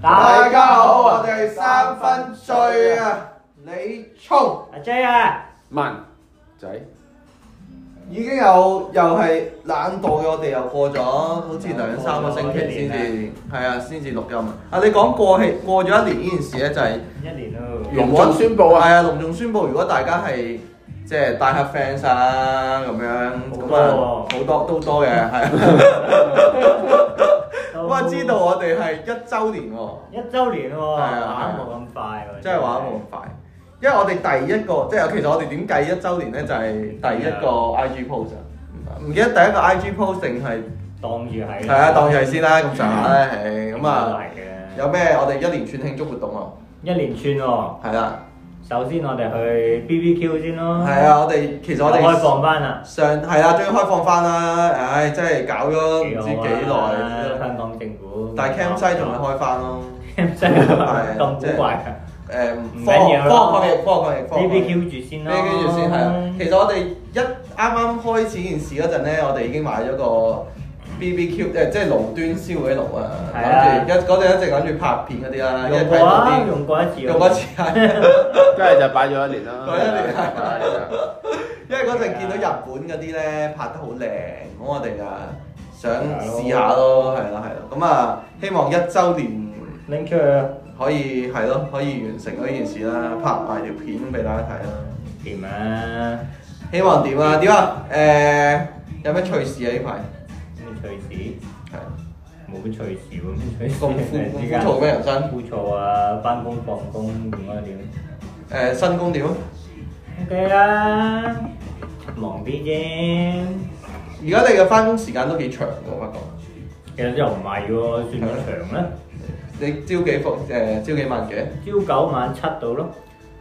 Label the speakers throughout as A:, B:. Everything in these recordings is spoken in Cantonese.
A: 大
B: 大
A: 家
B: 家
A: 好
B: 好，啊
A: 我
B: 我
A: 哋
B: 哋
A: 係三
B: 三
A: 分
B: 分
A: 醉
B: 醉
A: 啊
B: 啊！李聰
A: 阿 J 啊，
C: 文仔，
B: 已經有又係懶惰嘅，我哋又過咗好似兩三個星期先
C: 哦
B: 至係啊，先至錄音啊！啊，你講過氣過咗一年呢件事咧，就係
A: 一年咯，
B: 如
C: 隆
B: 果
C: 重宣佈啊
B: 係啊，隆重宣佈，如果大家係即係帶下 fans 啊咁樣，
A: 好
B: 咁啊
A: 多
B: 好多都多嘅 係啊。
A: 都
B: 哇！知道我哋係一週年喎。
A: 一周年喎，
B: 係啊
A: 玩冇咁快喎，
B: 真係玩得冇咁快。因為我哋第一個，即係其實我哋點計一週年咧，就係、第一個 IG post 啊唔記得第一個 IG post 定係
A: 當住係，
B: 係啊，當住係先啦，咁上下咧，係咁
A: 都
B: 啊，
A: 係嘅，
B: 有咩我哋一連串慶祝活動啊，
A: 一連串喎。
B: 係啦，
A: 首先我哋去 BBQ 先咯，
B: 係，啊，我哋其實我哋
A: 開放翻啦，
B: 上係啦，終於開放翻啦，唉，真係搞咗唔
A: 幾
B: 知
A: 好
B: 幾
A: 啊
B: 耐，
A: 香港政府，
B: 但係 Cam 西仲未開翻咯，
A: Cam 西
B: 係啊
A: 咁
B: 即係
A: 古怪啊
B: 誒，
A: 唔
B: 科
A: 緊
B: 學
A: 要啦
B: 科學抗疫，科學抗疫，科學抗疫
A: ，BBQ 住先
B: 呢
A: 咯，
B: 跟住先係啦。其實我哋一啱啱開始件事嗰陣咧，我哋已經買咗個 BBQ 誒，即係爐端燒嘅爐啊。
A: 係啊
B: 諗住一嗰陣一直諗住拍片嗰啲啦，一
A: 用
B: 睇
A: 過
B: 到
A: 啊，
B: 啲
A: 用過一次，
B: 用過一次， 係
C: 跟住就擺咗一年啦，
B: 擺咗一年
C: 係啊擺咗一年啦
B: 因為嗰陣見到日本嗰啲咧拍得好靚，咁我哋啊想試下咯，係咯係咯。咁啊，希望一週年
A: 拎出去。啊
B: 可以係咯，可以完成嗰件事啦，拍埋條片俾大家睇
A: 掂
B: 啦。
A: 啊！
B: 希望點啊？點啊？誒、有咩趣事啊？呢排
A: 咩趣事？
B: 係。
A: 冇咩趣事喎，咩趣
B: 咁
A: 事？
B: 枯枯燥咩人生？
A: 枯燥啊！翻工放工點啊點
B: 誒新工點啊？
A: ？OK 啦，忙啲啫。
B: 而家你嘅翻工時間都幾長喎，我發覺。
A: 其實又唔係喎，算唔長咧？
B: 你朝幾復誒朝幾晚幾？
A: 朝九晚七到咯，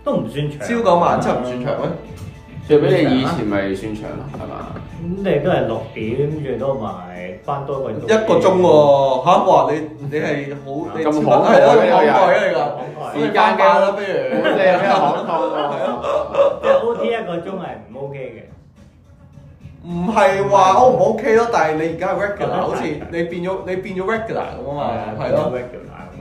A: 都唔算長。
B: 朝九晚七唔算長咩？
C: 最俾你以前咪算長咯，係嘛？
A: 咁你都係六點，最多埋翻多個鐘。
B: 一個鐘喎嚇！哇！你你係好你
C: 咁
B: 超
C: 慷慨
B: 係咯，
C: 呢個
A: 慷慨
B: 好慷慨啊
C: 人
B: 你個
C: 時間嘅
B: 啦，不如
C: 你有咩行當啊？
A: 即係 OT 一個鐘係唔 OK
B: 唔係話 O 唔 OK 咯？但係你而家係 regular，好似
A: 係
B: 你變咗你變咗 regular 咁
A: 嘅。
B: 啊嘛，係咯。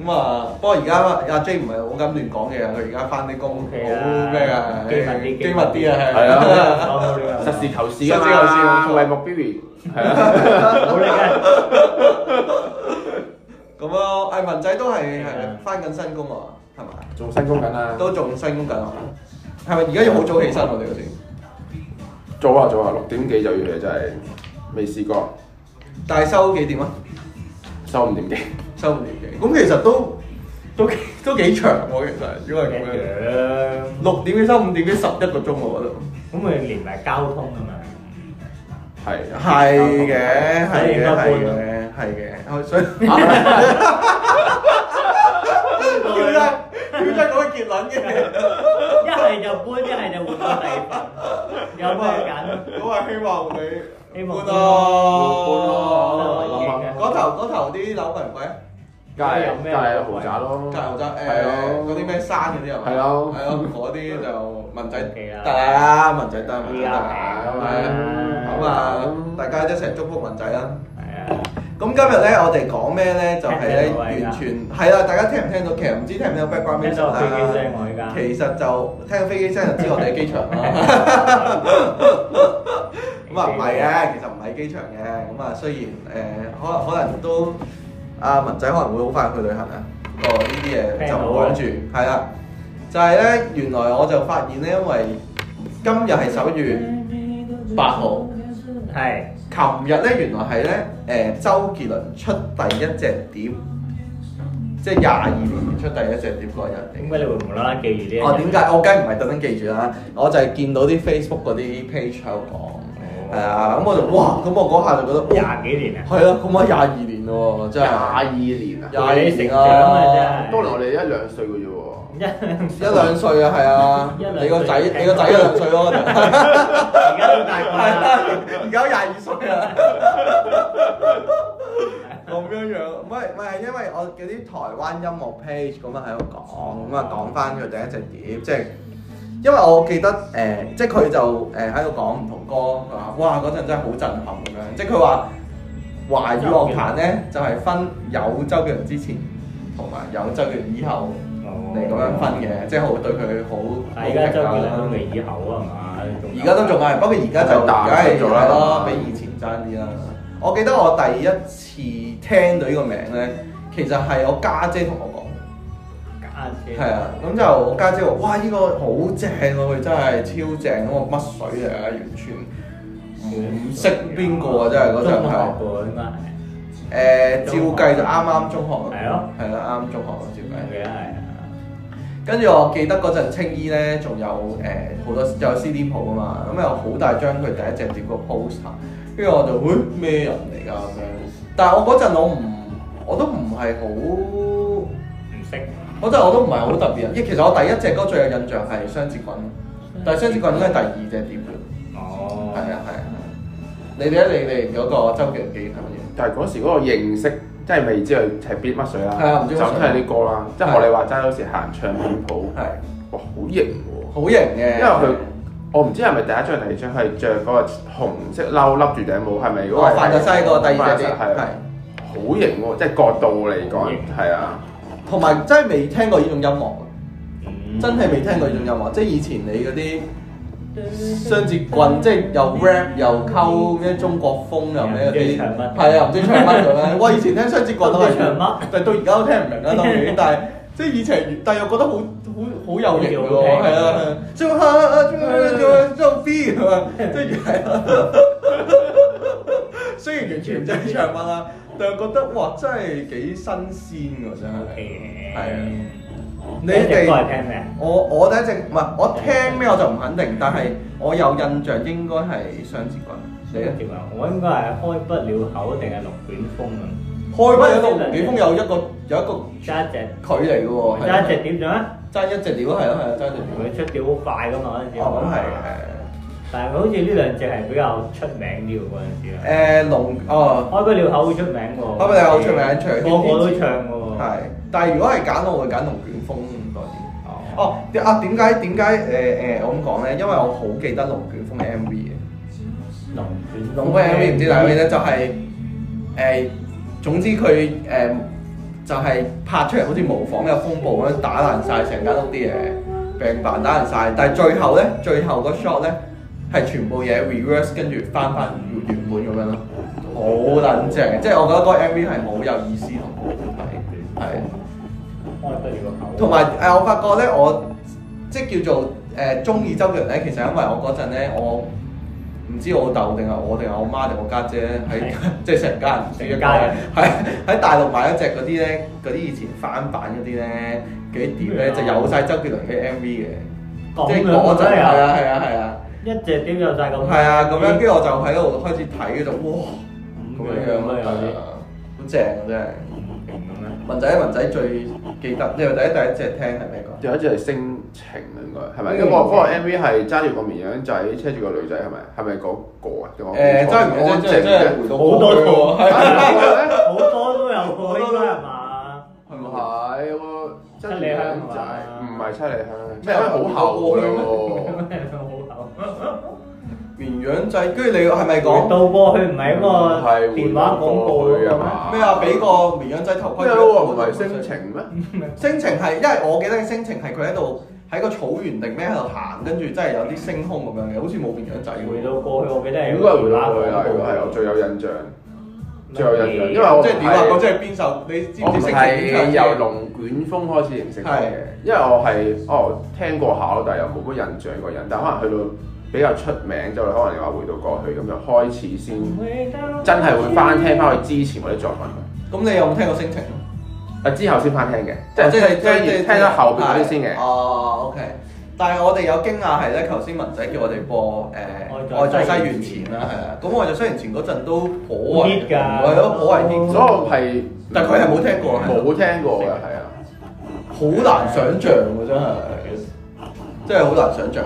B: 咁啊，不過而家阿 J 唔係好敢亂講嘢啊，佢而家翻啲工好
A: OK 啊
B: 咩啊？
A: 機密啲
B: 機密啲啊，
C: 係啊實
A: 實
C: 事求是
B: 實事求是冇
C: 啊
B: 錯
C: 嘛，為目標而係啊，
A: 好叻啊！
B: 咁咯，誒文仔都係
A: 係
B: 係
A: 啊
B: 翻緊新工啊，係咪？
C: 仲新工緊啊，
B: 都仲新工緊啊，係咪？而家要好早起身我哋嗰時，
C: 早啊早啊，六點幾就要嚟，真係未試過
B: 但係收幾點啊？
C: 收五點幾，
B: 收五點幾？咁其實都都幾 都幾長喎，其實如果係咁樣，
A: 咁
B: 六點幾收五點幾十一個鐘喎，我覺得。
A: 咪連埋交通啊嘛，
C: 係啊
B: 係嘅，係
A: 你應
B: 嘅，
A: 該
B: 係
A: 搬啊
B: 嘅，係嘅，所以。
A: 到你啦
B: 真要真講結論嘅，
A: 一係就搬，一係就換個地方，有咩揀？
B: 咁啊希望你
A: 希望
B: 搬
A: 搬
B: 咯
A: 咯。
B: 嗰頭嗰頭啲樓貴唔貴啊？
C: 梗係
A: 有咩
C: 梗係豪宅咯，
B: 隔油站誒
C: 係咯
B: 嗰啲咩山嗰啲係咪？
C: 係咯
B: 係咯，嗰啲就 文仔
A: OK 啦
B: 得啦，文仔得，文仔得。
A: 依家平
B: 係
A: 啊啊嘛
B: 啊咁啊，大家一齊祝福文仔啦。
A: 係啊，
B: 咁今日咧，我哋講咩咧？就係咧，
A: 聽唔聽到啊
B: 完全係啦，大家聽唔聽到？其實唔知聽唔聽到 background
A: 聽
B: music
A: 到飛機
B: 啦。
A: 聲我而家，
B: 其實就聽到飛機聲就知我哋喺機 場啦。咁啊唔係嘅，其實唔喺機場嘅。咁啊雖然誒，可能可能都阿文仔可能會好快去旅行啊。不過呢啲嘢就唔講住，係啦。就係咧，原來我就發現咧，因為今日係十一月八號，
A: 係
B: 琴日咧原來係咧誒周杰倫出第一隻碟，即係廿二年出第一隻碟嗰日嚟嘅
A: 點解你會無啦啦記住呢？
B: 哦，點解？我梗唔係特登記住啦，我就係見到啲 Facebook 嗰啲 page 喺度講，係啊，咁我就哇，咁我嗰下就覺得，哇，
A: 廿幾年啊？
B: 係咯，咁我廿二年咯喎，真
C: 廿
B: 係
C: 二年啊，
B: 廿
A: 你成長啊真係
C: 當年我哋一兩歲嘅啫喎。
A: Dạ.
B: 一兩歲啊，係啊，
A: 一兩歲
B: 你個仔你個仔一兩歲咯，
A: 而家都大個啦，
B: 而家廿二歲啊。咁樣樣，唔係唔係，因為我嗰啲台灣音樂 page 咁啊喺度講，咁啊講翻佢第一隻碟，即係因為我記得誒、呃即係佢就誒喺度講唔同歌，佢話哇嗰陣真係好震撼咁樣，即係佢話華語樂壇咧就係、分有周杰倫之前同埋有周月以後
A: 哦
B: 嚟咁樣分嘅，即係我會對佢好好
A: 而家周
B: 評價
A: 杰
B: 啦
A: 倫都未以後啊嘛，
B: 而家都仲係，不過而家就
C: 就大
B: 而家係
C: 咗啦
B: 係咯，比以前爭啲啦。我記得我第一次聽到呢個名咧，其實係我家姐同我
A: 家姐
B: 講，係啊，咁就我家姐話：哇，呢、個好正喎，佢真係超正，咁我乜水嚟啊，完全唔識邊個啊，
A: Ờ,
B: 真係嗰陣
A: 中學
B: 係。
A: 喎應該係，
B: 誒、照計就啱啱中學，
A: 係咯，
B: 係啦，啱中學照計。
A: 我記得係啊，
B: 跟住我記得嗰陣青衣咧，仲有誒呃好、多有 CD 鋪啊嘛，咁有好大張佢第一隻碟個 poster，跟住我就會咩人嚟㗎咁樣。但係我嗰陣我唔，我都唔係好，
A: 唔識
B: 嗰陣我都唔係好特別人。因為其實我第一隻歌最有印象係雙截棍，但係雙截棍應該係第二隻碟嚟，
A: 哦，
B: 係啊係啊。你哋咧，你哋嗰個周杰倫記憶係乜嘢？
C: 但係嗰時嗰個認識，即係未知佢係邊乜水啦，
B: 係啊唔知乜
C: 就
B: 水
C: 咁聽啲歌啦。即係
B: 係
C: 學你話齋，有時行唱片鋪，
B: 係
C: 哇好型喎！
B: 好型
C: 因
B: 嘅，
C: 為佢我唔知係咪第一張定第二張係着嗰個紅色褸笠住頂帽，係咪嗰個
B: 我
C: 係？
B: 哦范特西嗰個第二隻碟
C: 係啊
B: 係。
C: 好型喎！即係角度嚟
A: 好
C: 講
A: 型，
C: 係啊，
B: 同埋真係未聽過呢種音樂，啊
A: 嗯
B: 真係未聽過呢種音樂。即係以前你嗰啲雙節棍，即係又 rap 又溝咩中國風又咩
A: 又
B: 嗰
A: 唔知
B: 啲
A: 唱乜，
B: 係啊，唔知唱乜咁樣。我以前聽雙節棍都
A: 唔
B: 係
A: 知唱乜，
B: 但係到而家都聽唔明啦，當然。但係即係以前，但係又覺得好好好有型
A: 好
B: 喎，
A: 有型
B: 係啊，中下中中 B 咁啊，即係係啊。雖然完全唔知佢唱乜啦，但係覺得哇，真係幾新鮮㗎真係。
A: OK
B: 係啊
A: 你
B: 你
A: 哋
B: 哋
A: 歌係聽咩？
B: 我我第一隻唔係我聽咩我就唔肯定，但係我有印象應該係雙截棍。你咧？
A: 點啊？我應該係開不了口定係龍捲風啊？
B: 開筆有龍捲風有一個有一個
A: 揸一隻，
B: 距離嘅喎，
A: 啊
B: 係啊
A: 揸一隻點做咩？
B: 爭一隻料係啊係啊爭一隻哦
A: 佢出碟好快噶嘛嗰陣時。
B: 料。
A: 啊
B: 哦，
A: 但係佢好似呢兩隻係比較出名啲喎嗰陣時
B: 咁
A: 啊。
B: 係誒龍哦
A: 開不了口好出名喎。
B: 開不了口出名除
A: 個個都唱喎。
B: 係，但係如果係揀我會揀龍捲風多啲。
A: 哦。
B: 哦啊點解點解誒誒我咁講咧？因為我好記得龍捲風嘅 M V 嘅。
A: 龍捲
B: 龍威 MV 唔知大家記得就係、誒、總之佢誒、就係、拍出嚟好似模仿呢個風暴咁樣打爛晒成間屋啲嘢，病房打爛晒。但係最後咧，最後個 shot 咧係全部嘢 reverse 跟住翻翻原本咁樣咯，好撚正！即係我覺得嗰個 MV 係好有意思同好好睇，係。
A: 開不了口。
B: 同埋誒，我發覺咧，我即係叫做誒中意周杰倫咧，其實因為我嗰陣咧，我唔知我老豆定係我定係我媽定我家姐咧喺 即係成家人唔知一
A: 成
B: 個
A: 家人
B: 喺喺大陸買一隻嗰啲咧，嗰啲以前翻版嗰啲咧，嗰啲碟咧就有晒周杰倫嘅 MV 嘅，即
A: 啊咁
B: 係
A: 樣
B: 嗰陣
A: 真係
B: 係
A: 啊！
B: 啊係啊係啊
A: 一隻碟有晒咁。
B: 係啊咁樣，跟住我就喺度開始睇嗰度，哇咁樣樣
A: 咁
B: 咯，
A: 樣有
B: 係
A: 啲
B: 啊好正啊真係。
A: 勁咁樣。
B: 文仔文仔最記得，你話第一第一隻聽係咩歌？
C: 有一隻係星情應該係咪？
B: 嗯
C: 因為嗰個嗰個 MV 係揸住個綿羊仔，車住個女仔係咪？係咪嗰個啊？
B: 誒，真係唔係真係真係真係回到
C: 安靜嘅。
A: 好多套
B: 係
A: 好多都有喎，應該係嘛？
B: 係
C: 唔
B: 咪？
C: 係喎，
A: 七
C: 真係
A: 里香係嘛
C: 仔，唔係七里香，
B: 啊咩
C: 咩啊好厚㗎
B: 啊
C: 喎。
A: 咩好
B: 綿羊仔，跟住你係咪
A: 講
B: 講
A: 到過去唔係一個
C: Ừ,
A: 電話廣告
C: 係
A: 啊
C: 嘛
A: 嘛？
B: 咩啊？俾個綿羊仔頭盔。
C: 咩咯？唔係星。情咩？
B: 星情係，因為我記得星情係佢喺度喺個草原定咩喺度行，跟住真係有啲星空咁樣嘅，好似冇綿羊仔
A: 回
B: 喎。
A: 到過去，我記得係
C: 應該係回到去啦。如果係我最有印象，最有印象，因為我
B: 即係點啊？嗰即係邊首？你知唔
C: 我唔
B: 知星情
C: 係
B: 邊
C: 由
B: 首？
C: 龍捲風開始認識佢嘅，因為我係哦聽過下咯，但係又冇乜印象個人，但可能去到比較出名之後，可能你話回到過去咁就開始先真係會翻聽翻佢之前嗰啲作品，
B: 咁你有冇聽過星情？
C: 啊之後先翻聽嘅，即係
B: 係
C: 聽聽咗後邊嗰啲先嘅。
B: 哦，OK。但係我哋有驚訝係咧，頭先文仔叫我哋播誒《愛在西元前》啦，係啊。咁《愛在西元前》嗰陣都頗為
A: hit 㗎
B: 係咯，頗為 hit
C: 所以我係，
B: 但佢係冇聽過係咪
C: 冇聽過嘅，係啊，
B: 好難想像喎，真係，真係好難想像。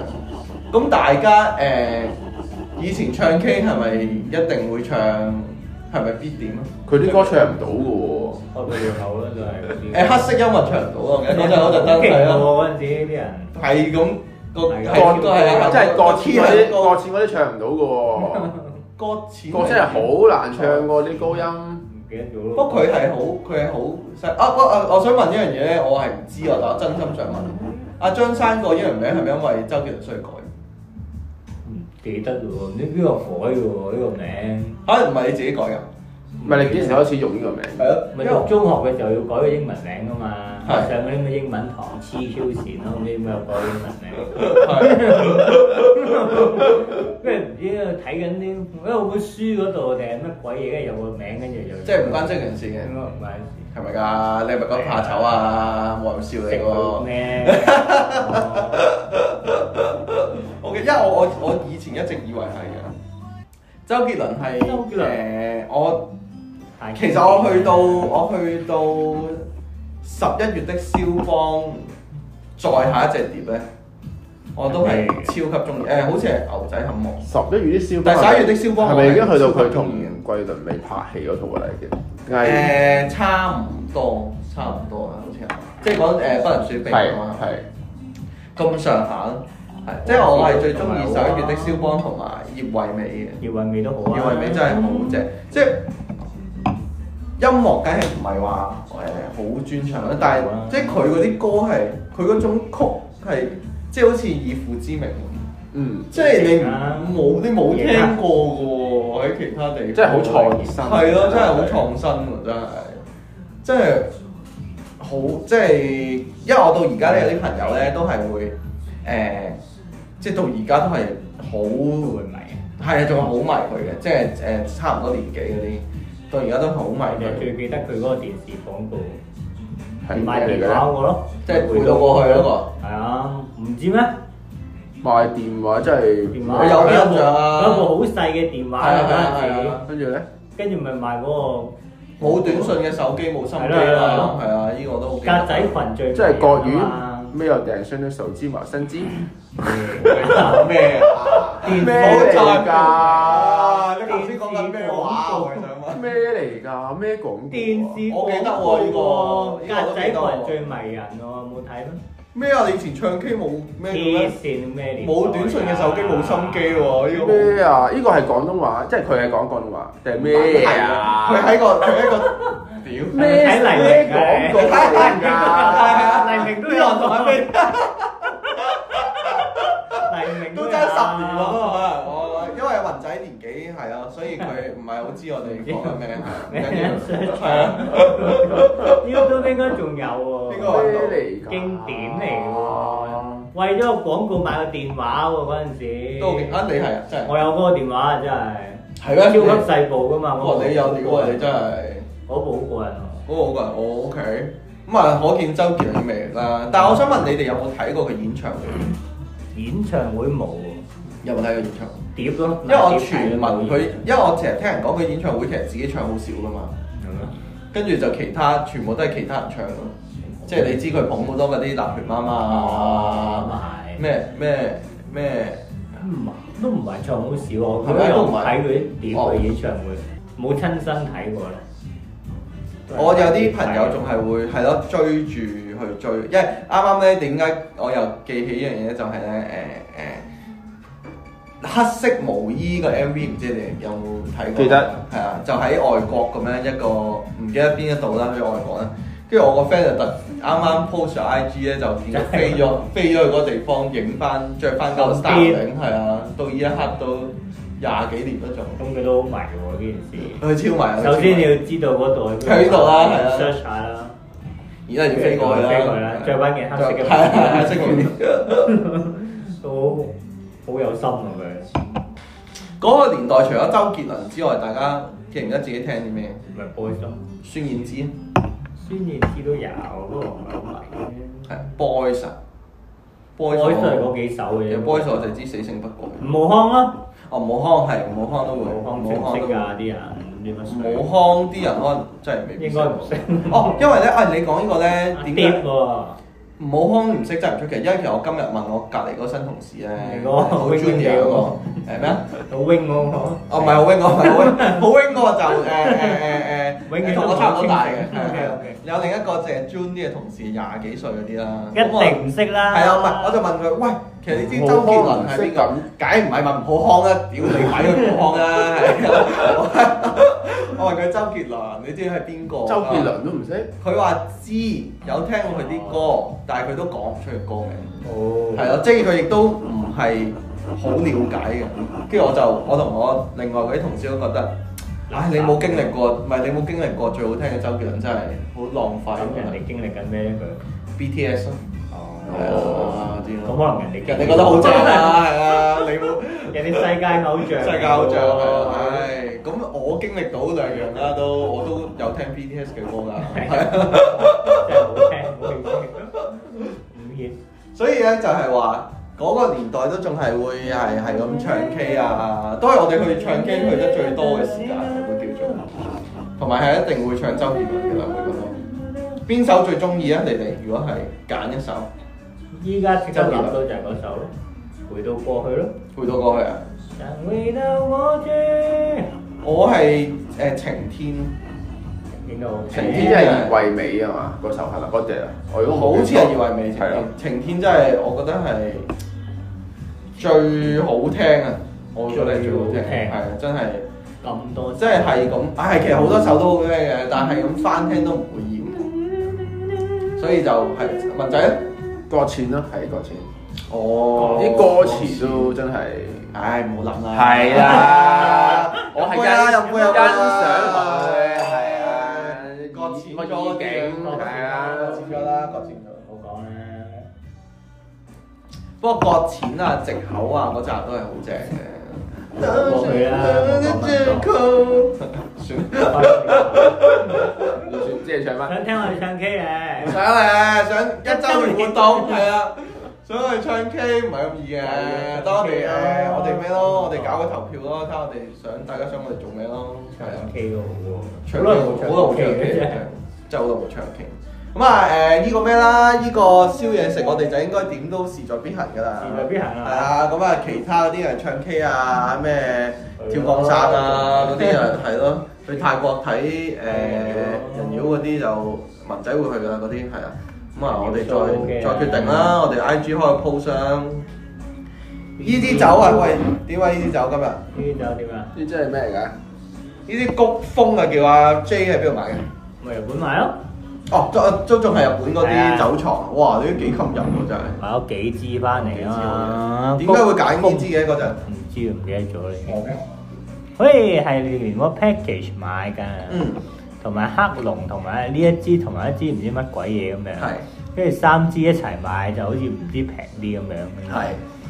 B: 咁大家誒、以前唱 K 係咪一定會唱？係咪必點啊？
C: 佢啲歌唱唔到嘅
A: 開佢條口啦，就
B: 誒、黑色音樂唱唔到啊！我記得嗰陣我就登係
A: 嗯勁喎
B: 啦，
A: 嗰陣時啲人，
B: 係咁個
A: 係啊
C: 喎，
B: 係
A: 歌
B: 都係啊，
C: 即係
B: 個
C: 過千
B: key
C: 嗰
B: 係
C: 啲，
B: 高
C: 過千嗰啲唱唔到嘅
B: 歌詞
C: 喎，歌真係好難唱喎啲高音。
A: 唔記記得咗
B: 不
A: 咯。
B: 過佢係好，佢係好細啊！我啊，我想問一樣嘢咧，我係唔知啊，但我真心想問。阿張生個英文名係咪因為周杰倫所以改？
A: 唔記得喎，呢邊個改嘅喎呢個名。
B: 嚇唔係你自己改㗎？
C: 唔係你幾時開始用呢個名？
B: 係咯，因
A: 咪
B: 為
A: 讀中學嘅時候要改個英文名噶嘛，
B: 係
A: 上嗰啲咩英文堂黐 Q 線咯，咁啲咩改英文名，
B: 係
A: 跟住唔知喺度睇緊啲，因為我本書嗰度定係乜鬼嘢，跟住有個名，跟住又
B: 即係唔關周杰倫事嘅，
A: 應該唔關事。
B: 係咪㗎？你係咪講怕醜啊？冇人笑你
A: 食佢
B: 喎。
A: 咩？
B: O K，因為我我我以前一直以為係嘅。周杰倫係
A: 周杰倫
B: 誒，我 其實我去到我去到十一月的肖邦再下一隻碟咧，我都係超級中意誒，好似係牛仔冚幕。
C: 十一月啲消
B: 但係十一月的消防
C: 係咪已經去到
B: 我係
C: 佢
B: 超級
C: 同
B: 中意嘅
C: 桂綸鎂拍戲嗰套㗎啦？已經
B: 誒、
C: 係
B: 差唔多，差唔多啊啦，好似係，即係講誒不能説秘
C: 係
B: 咁啊，
C: 係
B: 咁上下咯，係，即係我係最中意十一月的肖邦同埋葉惠美嘅，
A: 葉韻美都好啊，
B: 葉惠美真係好正，即係音樂梗係唔係話誒好專長啦，但係
C: 啊
B: 即係佢嗰啲歌係佢嗰種曲係即係好似以父之名喎，
C: 嗯，
B: 即係你冇你冇聽過嘅喎喺其他地方，
C: 啊即係好創新。啊
B: 係咯，真係好創新喎，真係，真係好，即係，因為我到而家咧有啲朋友咧都係會誒、呃即係到而家都係
A: 都
B: 好
A: 會迷。
B: 係啊，仲係好迷佢嘅，即係誒、呃差唔多年紀嗰啲，到而家都好迷
A: 我哋
B: 佢，
A: 最記得佢嗰個電視廣告，
C: 係咩
A: 賣
C: 嚟嘅
A: 電
C: 咧？
A: 話嗰個咯，
B: 即係回到過去嗰個。
A: 係啊，唔知咩？
C: 賣電話即
A: 電
C: 係
A: 話
B: 我有啲印象啊
A: 有一部好細嘅電話
B: 係啊係
A: 嗰陣
B: 啊係
A: 時
B: 啊
C: 跟住咧，
A: 跟住咪賣嗰
B: 冇短信嘅手機，冇心機
A: 係啦係
B: 啦
A: 啦，
B: 係啊，呢個我都好
A: 個
B: 記得
A: 格仔裙最
C: 即係國
A: 平啊
C: 語
A: 嘛
C: 咩有訂雙啲手指麻新枝，
B: 搞 咩啊？
A: 電
C: 咩
B: 冇
C: 嚟
B: 錯
C: 㗎？
B: 啊你頭先講緊咩啊話？我係想問。
C: 咩嚟㗎？咩廣告？
A: 電視
B: 我記得
A: 廣告
B: 喎呢
A: 格
B: 個呢個我都
A: 仔
B: 記得喎
A: 裙最迷人喎，冇睇咩？
B: 咩啊？你以前唱 K 冇咩嘅
A: 黐
B: 咩？
A: 線咩年代啊
B: 冇短信
A: à?
B: 嘅手機，冇心機喎，呢個冇。
C: 咩啊？呢個係廣東話，即係佢係講廣東話定係咩啊？
B: 佢喺個佢喺個屌
A: 咩啊睇黎明嘅
C: 咩廣告嚟㗎？
A: 黎明都有
B: 同埋咩
A: 黎明
B: 都
A: 有
B: 爭十年喎，可能我因為雲仔年紀係啊，所以佢唔係好知我哋講緊咩，啊唔緊要係啊。
A: YouTube 應該仲有喎。
B: 呢個
C: 咩嚟㗎？
A: 經典嚟嘅喎，為咗個廣告買個電話喎嗰陣時。
B: 都勁啊！你係啊，真係
A: 我有嗰個電話啊，真
B: 係
A: 係超
B: 咩？
A: 級細部噶嘛。嗰
B: 哇！
A: 部
B: 你有料啊！你真係〜
A: 嗰部好過癮喎。
B: 嗰個好個人，我 OK。咁啊，可見周杰倫嘅魅力啦。但係我想問你哋有冇睇過佢演唱會？
A: 演唱會冇
B: 有冇睇過演唱會？
A: 碟咯，
B: 因為我傳聞佢，因為我成日聽人講佢演唱會其實自己唱好少噶嘛，
A: 係咩
B: 跟住就其他全部都係其他人唱咯。即係你知佢捧好多嗰啲辣拳媽媽
A: 嗯
B: 啊，
A: 啊咁係
B: 咩咩咩，
A: 唔係都唔係唱好少，我
B: 係咪
A: 佢
B: 都
A: 有
B: 唔係哦
A: 睇佢啲碟嘅演唱會，冇親身睇過啦。
B: 我有啲朋友仲係會係咯追住去追，因為啱啱咧點解我又記起一樣嘢就係咧誒誒黑色毛衣個 MV 唔知你哋有冇睇過？
C: 記得
B: 係啊，就喺外國咁樣一個唔記得邊一度啦，去外國啦。跟住我個 friend 就特啱啱 post 咗 IG 咧，就 見佢飛咗飛咗去嗰個地方影翻着翻個
A: 咁癲
B: styling 係啊，到依一刻都廿幾年都仲，
A: 咁佢都好迷喎呢件事。
B: 佢超迷啊！佢超迷
A: 首先你要知道嗰度
B: 佢呢度啦係啊啦
A: search 下啦，
B: 而家要飛過去啦，啊
A: 飛過去啦着返件黑色嘅
B: 係係係黑色毛衣。
A: 都好有心啊佢，
B: 嗰個年代除咗周杰倫之外，大家記唔記得自己聽啲咩？
A: 咪 boys 咯，
B: 孫燕姿
A: 孫燕姿都有，不過唔係好迷。
B: 係 boys 啊
A: boys 都係嗰
B: 我
A: 幾首
B: 其
A: 嘅
B: 實
A: 啫。
B: boys 我就知死性不改。
A: 吳浩康咯，
B: 哦，武康係武康都會，
A: 吳浩康識
B: 武
A: 唔
B: 康都
A: 識啊
B: 會。
A: 㗎啲人？點樣水
B: 武康啲人可能真係未必
A: 應該唔識。
B: 哦，因為咧，啊你講呢個咧點
A: 碟
B: 解
A: 喎，
B: 武康唔識真係唔出奇？因為其實我今日問我隔離嗰個新同事咧，
A: 你嗰個
B: 好
A: wing
B: junior
A: 嘅嗰
B: 嗰個
A: 個
B: 誒咩啊？
A: 好 wing 喎我。
B: 哦，唔係好 wing 我，唔係好 wing，好 wing 嗰個就誒誒誒誒，同我差唔多大嘅，係啊。有另一個就係 June 啲嘅同事，廿幾歲嗰啲啦。
A: 一定唔識啦。
B: 係啊，唔係，我就問佢，喂，其實你知周杰倫係邊個？梗唔係問吳浩康啦，屌你咪去吳浩康啦，係啊。我我問佢周杰倫，你知佢係邊個？
C: 周杰倫都唔識，
B: 佢話知有聽過佢啲歌，但係佢都講唔出佢歌名。
D: 哦，
B: 係咯，啊即係佢亦都唔係好了解嘅。跟住我就我同我另外嗰啲同事都覺得，唉，你冇經歷過，唔係你冇經歷過最好聽嘅周杰倫，真係好浪費啊
A: 咁人哋經歷緊咩咧？佢
B: BTS 咯，啊係啊
A: 哦，
B: 啲
A: 咁
B: 咯。
A: 可能人哋
B: 人哋覺得好正啊，係啊，你冇
A: 人哋世界偶像，
B: 世界偶像係啊，唉，咁我經歷到兩樣啦，都我都有聽 BTS 嘅歌㗎。
A: 真係好
B: 啊
A: 聽，好聽。唔嘢，
B: 所以咧就係話嗰個年代都仲係會係係咁唱 K 啊，都係我哋去唱 K 去得最多嘅時間，會叫做，同埋係一定會唱周杰倫嘅啦，會覺得。邊首最中意啊？你哋如果係揀一首，
A: 依家即刻諗到就係嗰首咯，回到過去咯。
B: 回到過去啊！
A: 但回到過去，
B: 我係誒、呃晴天，
A: 影到好
C: 晴天真係葉惠美啊嘛，嗰首係咪嗰隻啊？我如果
B: 好似係葉惠美晴
C: 係啊
B: 天，晴天真係我覺得係最好聽啊！我覺得係最好聽，
A: 最好聽
B: 係啊，真係。
A: 咁多，
B: 即係係咁，唉，其實好多首都好咩嘅，但係咁翻聽都唔會厭，所以就係文仔咧，
C: 個錢咯，係個錢，
B: 哦
C: 啲歌詞都真係
B: 唉，唔好諗啦，
C: 係啦，我係
B: 飲杯
C: 欣
B: 啦飲杯飲杯
C: 欣賞
B: 啦
C: 佢，係啊，
B: 各
C: 個
B: 佔咗啲
C: 意境
B: 嘢
C: 係啊，
B: 各佔咗啦，各佔咗。
A: 唔好講啦。
B: 不過割錢啊、藉口啊嗰集都係好正嘅。
A: 過去啦
B: 算啦
C: 你算即係唱乜？
A: 想聽我哋唱 K 咧，
B: 想嚟，想一周年活動係啊，想去唱 K 唔係啊咁易嘅，當我哋誒我哋咩咯，我哋搞個投票咯，睇下我哋想大家想我哋做咩咯，係啊
A: 唱，K 都好
B: 唱
A: 喎，
B: K 好耐冇唱 K 啦真係好耐冇唱 K。咁啊誒呢個咩啦，呢個宵夜食我哋就應該點都事在必行㗎啦，
A: 事在必行啊
B: 係啊，咁啊其他嗰啲人唱 K 啊，咩跳降傘啊嗰啲人係咯，去泰國睇誒人妖嗰啲就文仔會去㗎啦，嗰啲係啊。咁啊，我哋再再決定啦，我哋 I G 開個 post 箱。呢啲酒啊，喂，點解呢啲酒今日？
A: 呢啲酒點啊？
C: 呢真係咩嚟㗎？
B: 呢啲谷風啊，叫阿 J 喺邊度買嘅？
A: 咪日本買咯，
B: 哦，都都仲係日本嗰
A: 係啊嗯
B: 啲酒廠，哇！你都幾吸引喎，真係。
A: 買咗幾支翻嚟啊嘛。
B: 點解會揀呢支嘅嗰陣？
A: 唔知唔記得咗你。喂，係連個 package 買㗎，
B: 嗯，
A: 同埋黑龍，同埋呢一支，同埋一支唔知乜鬼嘢咁樣
B: 係，
A: 跟住三支一齊買就好似唔知平啲咁樣。
B: 係。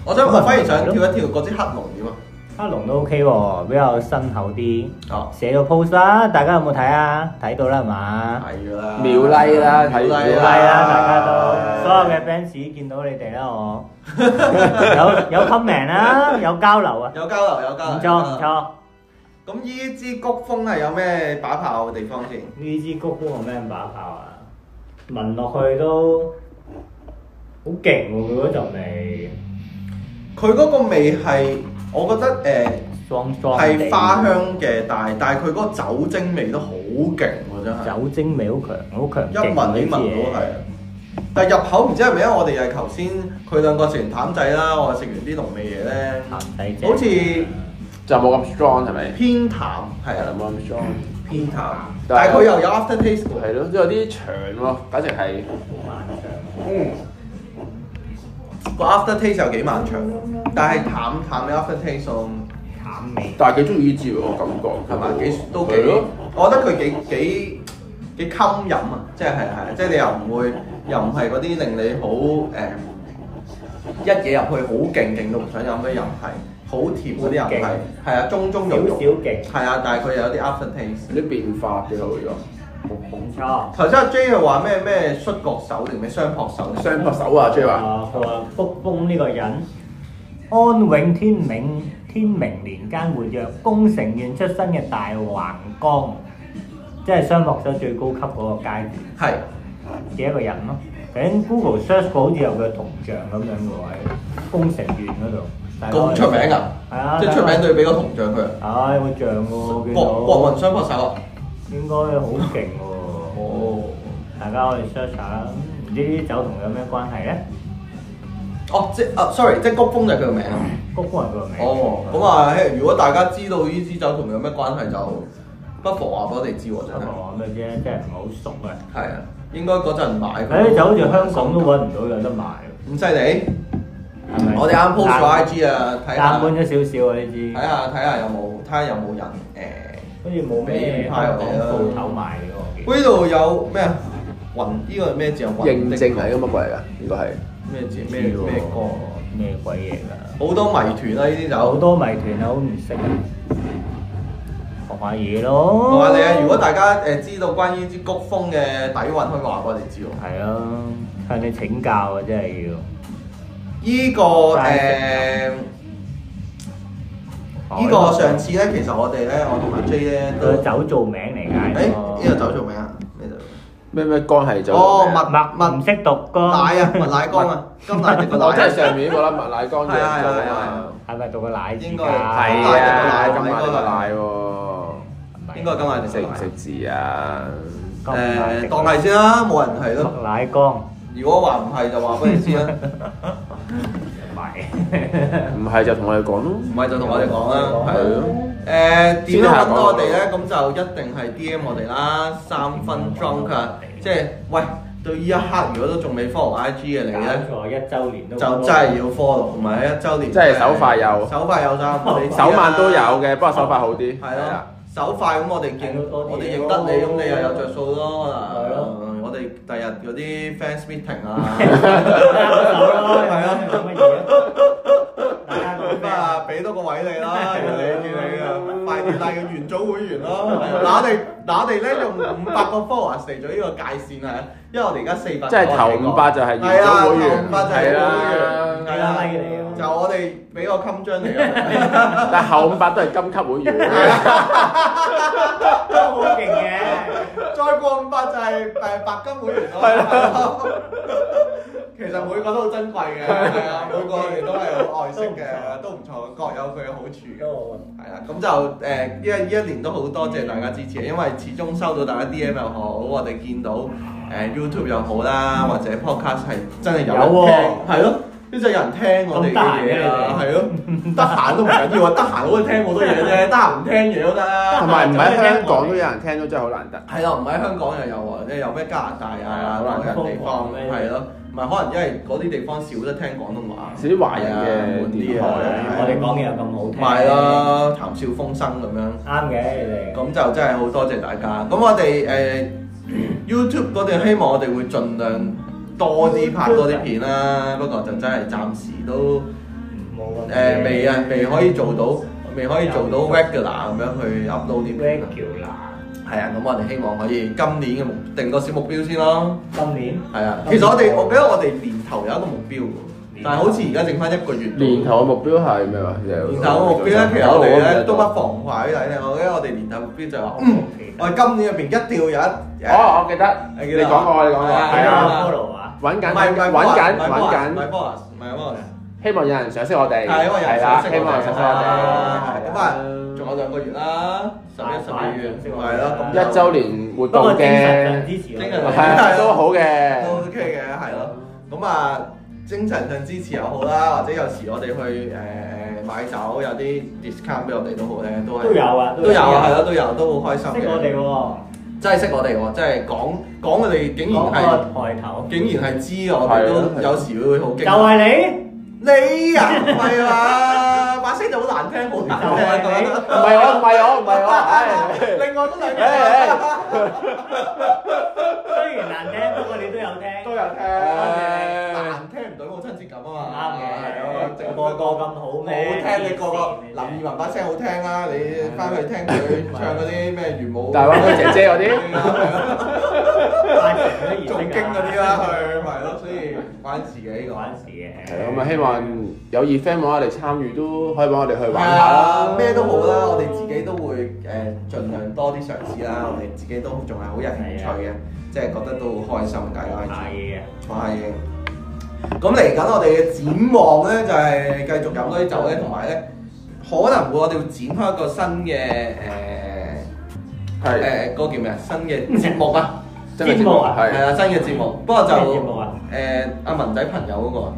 B: 我想我反而
A: 啊
B: 想跳一跳嗰支黑龍點啊？
A: 黑龍都 OK 喎，比較新口啲，
B: 哦，
A: 寫咗 post 啦，大家有冇睇啊？睇到啦係嘛？
B: 係㗎啦，
C: 秒 like 啦
B: 秒
C: 睇秒
B: like
A: 係
C: 係 like
A: 啦，
C: 啊
A: 大家
C: 係
A: 都所有嘅 fans 見到你哋啦，我 有有 comment 啦，有交流啊，
B: 有交流有
A: 唔
B: 交流，啊
A: 錯唔錯。
B: 咁呢支谷風係有咩把炮嘅地方先？
A: 呢支谷風有咩咁把炮啊？聞落去都好勁喎，佢嗰陣味
B: 佢嗰個味係，我覺得
A: 爽
B: 誒
A: 爽地
B: 係花香嘅，但係但係佢嗰個酒精味都好勁喎，真係。
A: 酒精味好強，好強
B: 一
A: 勁
B: 聞你聞到係。但係入口唔知係咪因為我哋係頭先佢兩個食完淡仔啦，我哋食完啲濃味嘢咧，
A: 鹹仔
B: 好似
C: 就冇咁 strong 係咪？
B: 偏淡，係
C: 係啦
B: 啊，，
C: 冇咁 strong。
B: 偏淡。
C: 但係
B: 但係佢又有 after taste 喎。
C: 係咯，都有啲長喎，簡直係
A: 漫長，
B: 嗯。個 after taste 有幾漫長，但係淡淡嘅 after taste 咯
A: 淡味。
C: 但係幾中意呢支喎，我感覺
B: 係
A: 哦
B: 咪幾都幾
C: 係咯？
B: 我覺得佢幾幾幾襟飲啊！即係係係，即係你又唔會又唔係嗰啲令你好誒、一嘢入去好勁勁到唔想飲嗰啲又唔係，好甜嗰啲又唔係
A: 好，
B: 係啊中中
A: 少
B: 有肉
A: 少，勁，
B: 係啊，但係佢又有啲 after taste。
C: 有啲變化幾好呢
A: 唔錯。
B: 頭先阿 J 又話咩咩摔角手定咩雙撲手
C: 個，雙拍手啊，即係話
A: 啊，佢話谷風呢個人安永天明天明年間活躍，宮城縣出身嘅大橫江，即係雙學手最高級嗰個階段
B: 係
A: 嘅一個人咯。喺 Google search 過，好似有佢銅像咁樣嘅喎，喺宮城縣嗰度。大家
B: 咁出名㗎，
A: 啊係啊，
B: 即係出名對俾個銅像佢啊，
A: 唉、有個像喎，見
B: 國國
A: 到
B: 民雙撲手啊。
A: 應該好勁喎。
B: 哦，
A: 大家可以 search 下啦，唔知呢啲酒同佢有咩關係咧？
B: 哦即啊，sorry，即係谷風就係佢個名啊。
A: 谷風係佢個名。
B: 哦，咁啊，嘿如果大家知道呢支酒同佢有咩關係就不妨話俾我哋知喎，真係。
C: 啊
A: 我咪啫，真係唔係好熟啊。
B: 係啊，應該嗰陣買佢。
A: 誒就好似香港都揾唔到有得賣，
B: 咁犀利！
A: 係咪？
B: 我哋啱 post 咗 IG 啊，睇下
A: 冷門咗少少啊呢支
B: 睇，下睇下有冇睇下有冇人
A: 好似冇咩香港鋪頭賣嘅我記
B: 誒？呢度有咩啊？雲呢個係咩字啊？雲
C: 認證
B: 的
C: 係個乜鬼嚟㗎？呢個係
B: 咩字？
A: 得
B: 咩咩歌？
A: 咩鬼嘢㗎？
B: 好多謎團啊啦！呢啲就
A: 有好多謎團啊，好唔識啊，學下嘢咯。
B: 同埋你啊，如果大家誒知道關於支谷風嘅底韻，可以話俾我哋知喎。
A: 係啊，向你請教啊，真係要。
B: 依、個
A: 啊
B: 誒，依、個上次咧，其實我哋咧，我同阿 J 咧都
A: 佢，酒做名嚟㗎。
B: 誒
A: 個
B: 呢個酒做咩啊？咩酒？
C: 咩咩乾係酒？
B: 哦麥
A: 麥唔識讀㗎。
B: 奶啊，麥奶乾啊，金奶定個奶
C: 我真係
B: 啊？
C: 上面呢個啦，麥奶乾嘅
B: 係啊係啊係啊
C: 啊
A: 係咪讀個奶字㗎？
B: 應該
C: 係
B: 係
C: 啊，
B: 金奶
C: 今晚
B: 定
C: 呢
B: 個
C: 個
B: 奶
C: 奶喎，
A: 唔係
B: 應該係金奶定
C: 識
B: 個
C: 唔
B: 奶
C: 識？字啊？
B: 誒，當係先啦，冇人係咯。
A: 麥奶缸，
B: 如果話唔係就話俾你 知啦，
A: 唔係
C: 唔係就同我哋講咯，
B: 唔係就同我哋講啦，係
C: 係
B: 咯。
C: 咯。
B: 誒點樣揾到我哋咧？咁就一定係 D M 我哋啦，三分 drunk 啊！即係喂，對依一刻如果都仲未 follow I G 嘅你咧，
A: 搞錯一週年都
B: 就真係要 follow，同埋一週年
C: 真係手快有
B: 手快有咋，我哋知啊
C: 手慢都有嘅，不過手法好
B: 係
C: 啲。係
B: 咯，手快咁我哋認
A: 睇到啊多啲嘢咯
B: 我哋認得你，咁你又有着數咯，
A: 係
B: 可
A: 咯
B: 能我哋第日嗰啲 fans meeting 啊，
A: 係啊，乜嘢？大家講咩啊？
B: 咁啊，俾多個位你啦，如果你見你啊，快啲拉個元祖會員咯。啊嗱我哋嗱我哋咧用五百個 followers 嚟咗呢個界線啊，因為我哋而家四百，
C: 即係頭五百就係
B: 係
C: 元
B: 啊，
C: 祖
B: 頭
C: 會員
B: 五，百就係
C: 係
B: 會員，
C: 啦。
B: 係
A: 拉你啊
B: 啦，就我哋俾個襟章嚟啊，
C: 但係後五百都係金級會員，
A: 都好勁嘅，
B: 再過五百就係誒白金會員咯。其實每個都好珍貴嘅，係啊，每個我哋都係好愛惜嘅，都唔錯，各有佢嘅好處嘅。
A: 哦
B: 係啦，咁就誒呢一呢一年都好多謝大家支持，因為始終收到大家 D M 又好，我哋見到誒、YouTube 又好啦，或者 Podcast 係真係有人
A: 有喎
B: 聽，係咯、呢就有人聽我哋嘅嘢啦，係咯，得閒都唔緊要啊，得閒可以聽好多嘢啫，得閒唔聽嘢都得啦。
C: 同埋唔喺香港都有人聽到，真係好難得。
B: 係啦，唔喺香港又有喎，即係有咩加拿大啊，
C: 係啊
B: 可能有地
A: 香
B: 方
A: 港
B: 係咯，唔係可能因為嗰啲地方少得聽廣東話，
C: 少啲華人嘅
B: 係啊悶啲
C: à.
B: 啊，係
A: 我
B: 啊
A: 哋講嘢又咁好聽，
B: 咪，啦，談笑風生咁樣。
A: 啱嘅你哋。
B: 咁就真係好多謝大家。咁我哋誒、呃 YouTube 嗰度希望我哋會盡量多啲拍多啲片啦。不過就真係暫時都誒、呃未啊，未可以做到，未可以做到 regular 咁樣去 upload 啲片啊。
A: regular，
B: 係啊，咁我哋希望可以今年嘅目定個小目標先咯。
A: 今年
B: 係啊，其實我哋我記得我哋年頭有一個目標喎，但係好似而家剩翻一個月。
C: 年頭嘅目標係咩話？年
B: 年頭嘅目標
C: dạ,
B: 咧，其實我哋咧都不妨話俾大家聽。我記得我哋年頭目標就係話，嗯，我哋今年入邊一定要有一
C: 哦，我記得
B: 你
C: 你
B: 記得啊
C: 講過，你講過，
A: Dạ,
C: 係
B: 係
C: 啊，
B: 啊
A: follow 啊，
C: 揾緊
B: 唔係唔係
C: 揾緊
B: bonus，
C: 揾
B: 唔係
C: 緊，
B: bonus，唔係 bonus，
C: 希望有人賞識我哋，
B: 係因為有人
C: 啦，
B: 賞
C: 希
B: 識
C: 望有
B: 我哋啊
C: 人賞識我哋，
B: 咁啊，仲有兩個月啦，十一、十二月，係咯，咁
C: 一週年活
A: 不
C: 動
A: 過精神上
C: 嘅，
A: 支持我哋
B: 精神
C: 係啊都好嘅，
B: 都 OK 嘅，係咯，咁啊。精神上支持又好啦，或者有時我哋去誒誒買酒有啲 discount 俾我哋都好咧，都係
A: 都有啊，
B: 都有啊，係咯，都有，都好開心
A: 識我
B: 嘅。
A: 哋喎。
B: 真係識我哋喎，真係講講我哋竟然
A: 講
B: 係
A: 個抬頭，
B: 竟然係知我哋
C: 係啊
B: 都有時會好
A: 就
B: 驚。
A: 係你，
B: 你啊，唔係嘛？把聲就好難聽，好難聽
A: 就
B: 啊咁
A: 係你
B: 樣。
C: 唔係我，唔係我，唔係 我，唉。
B: 另外嗰兩
C: 唉
B: 個
A: 雖然難聽，不過你都有聽，
B: 都有聽，難聽唔到冇親切感啊
A: 啱
B: 嘛。
A: 嘅，
B: 整
A: 個個咁好
B: 好
A: 咩？
B: 聽，你個個林二汶把聲好聽啦，你翻去聽佢唱嗰啲咩元武，
C: 大灣區姐姐嗰啲，
B: 仲經嗰啲啦，佢咪咯，所以玩自己呢個。
A: 玩事嘅，
C: 係咁啊！希望有意 friend 揾我哋參與都可以幫我哋去
B: 係
C: 玩下
B: 啊
C: 啦，，
B: 咩都好啦，我哋自己都會誒盡量多啲嘗試啦，我哋自己都仲係好有興趣嘅，即係覺得都好開心㗎，
A: 玩下嘢嘅，
B: 係係。咁嚟緊我哋嘅展望咧，就係繼續飲多啲酒咧，同埋咧可能會我哋會展開一個新嘅
C: 係
B: 誒誒嗰個叫咩啊？新嘅節目啊，
C: 真係
A: 節目啊
C: 係
B: 係啊，新嘅節目。不過就
A: 咩節目啊
B: 誒阿文仔朋友嗰個。啊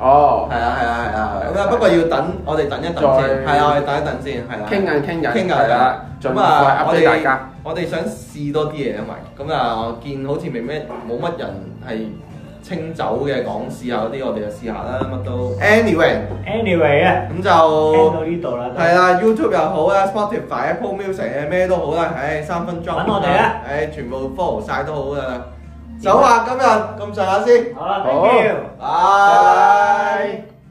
C: 哦，
B: 係啊係啊係啊，咁啊不過要等我哋等一等先，
C: 再
B: 係啊我哋等一等先，係啦。
C: 傾緊傾緊，
B: 傾緊
C: 係啦，盡
B: 咁
C: 快
B: 啊，我
C: update 大
B: 哋
C: 家。
B: 我哋想試多啲嘢，因為咁啊，我見好似未咩冇乜人係清酒嘅講試下嗰啲，我哋就試下啦，乜都。Anyway，
A: Anyway 啊，
B: 咁
A: 聽
B: 就
A: 到呢度啦，
B: 係啦，YouTube 又好啦，Spotify、Apple Music 咩都好啦，唉，三分鐘。
A: 揾我哋啦！
B: 唉，全部 follow 晒都好噶啦。走啊，今日咁上下先，
A: 好啦
C: 好
A: ，thank you。
B: 拜拜。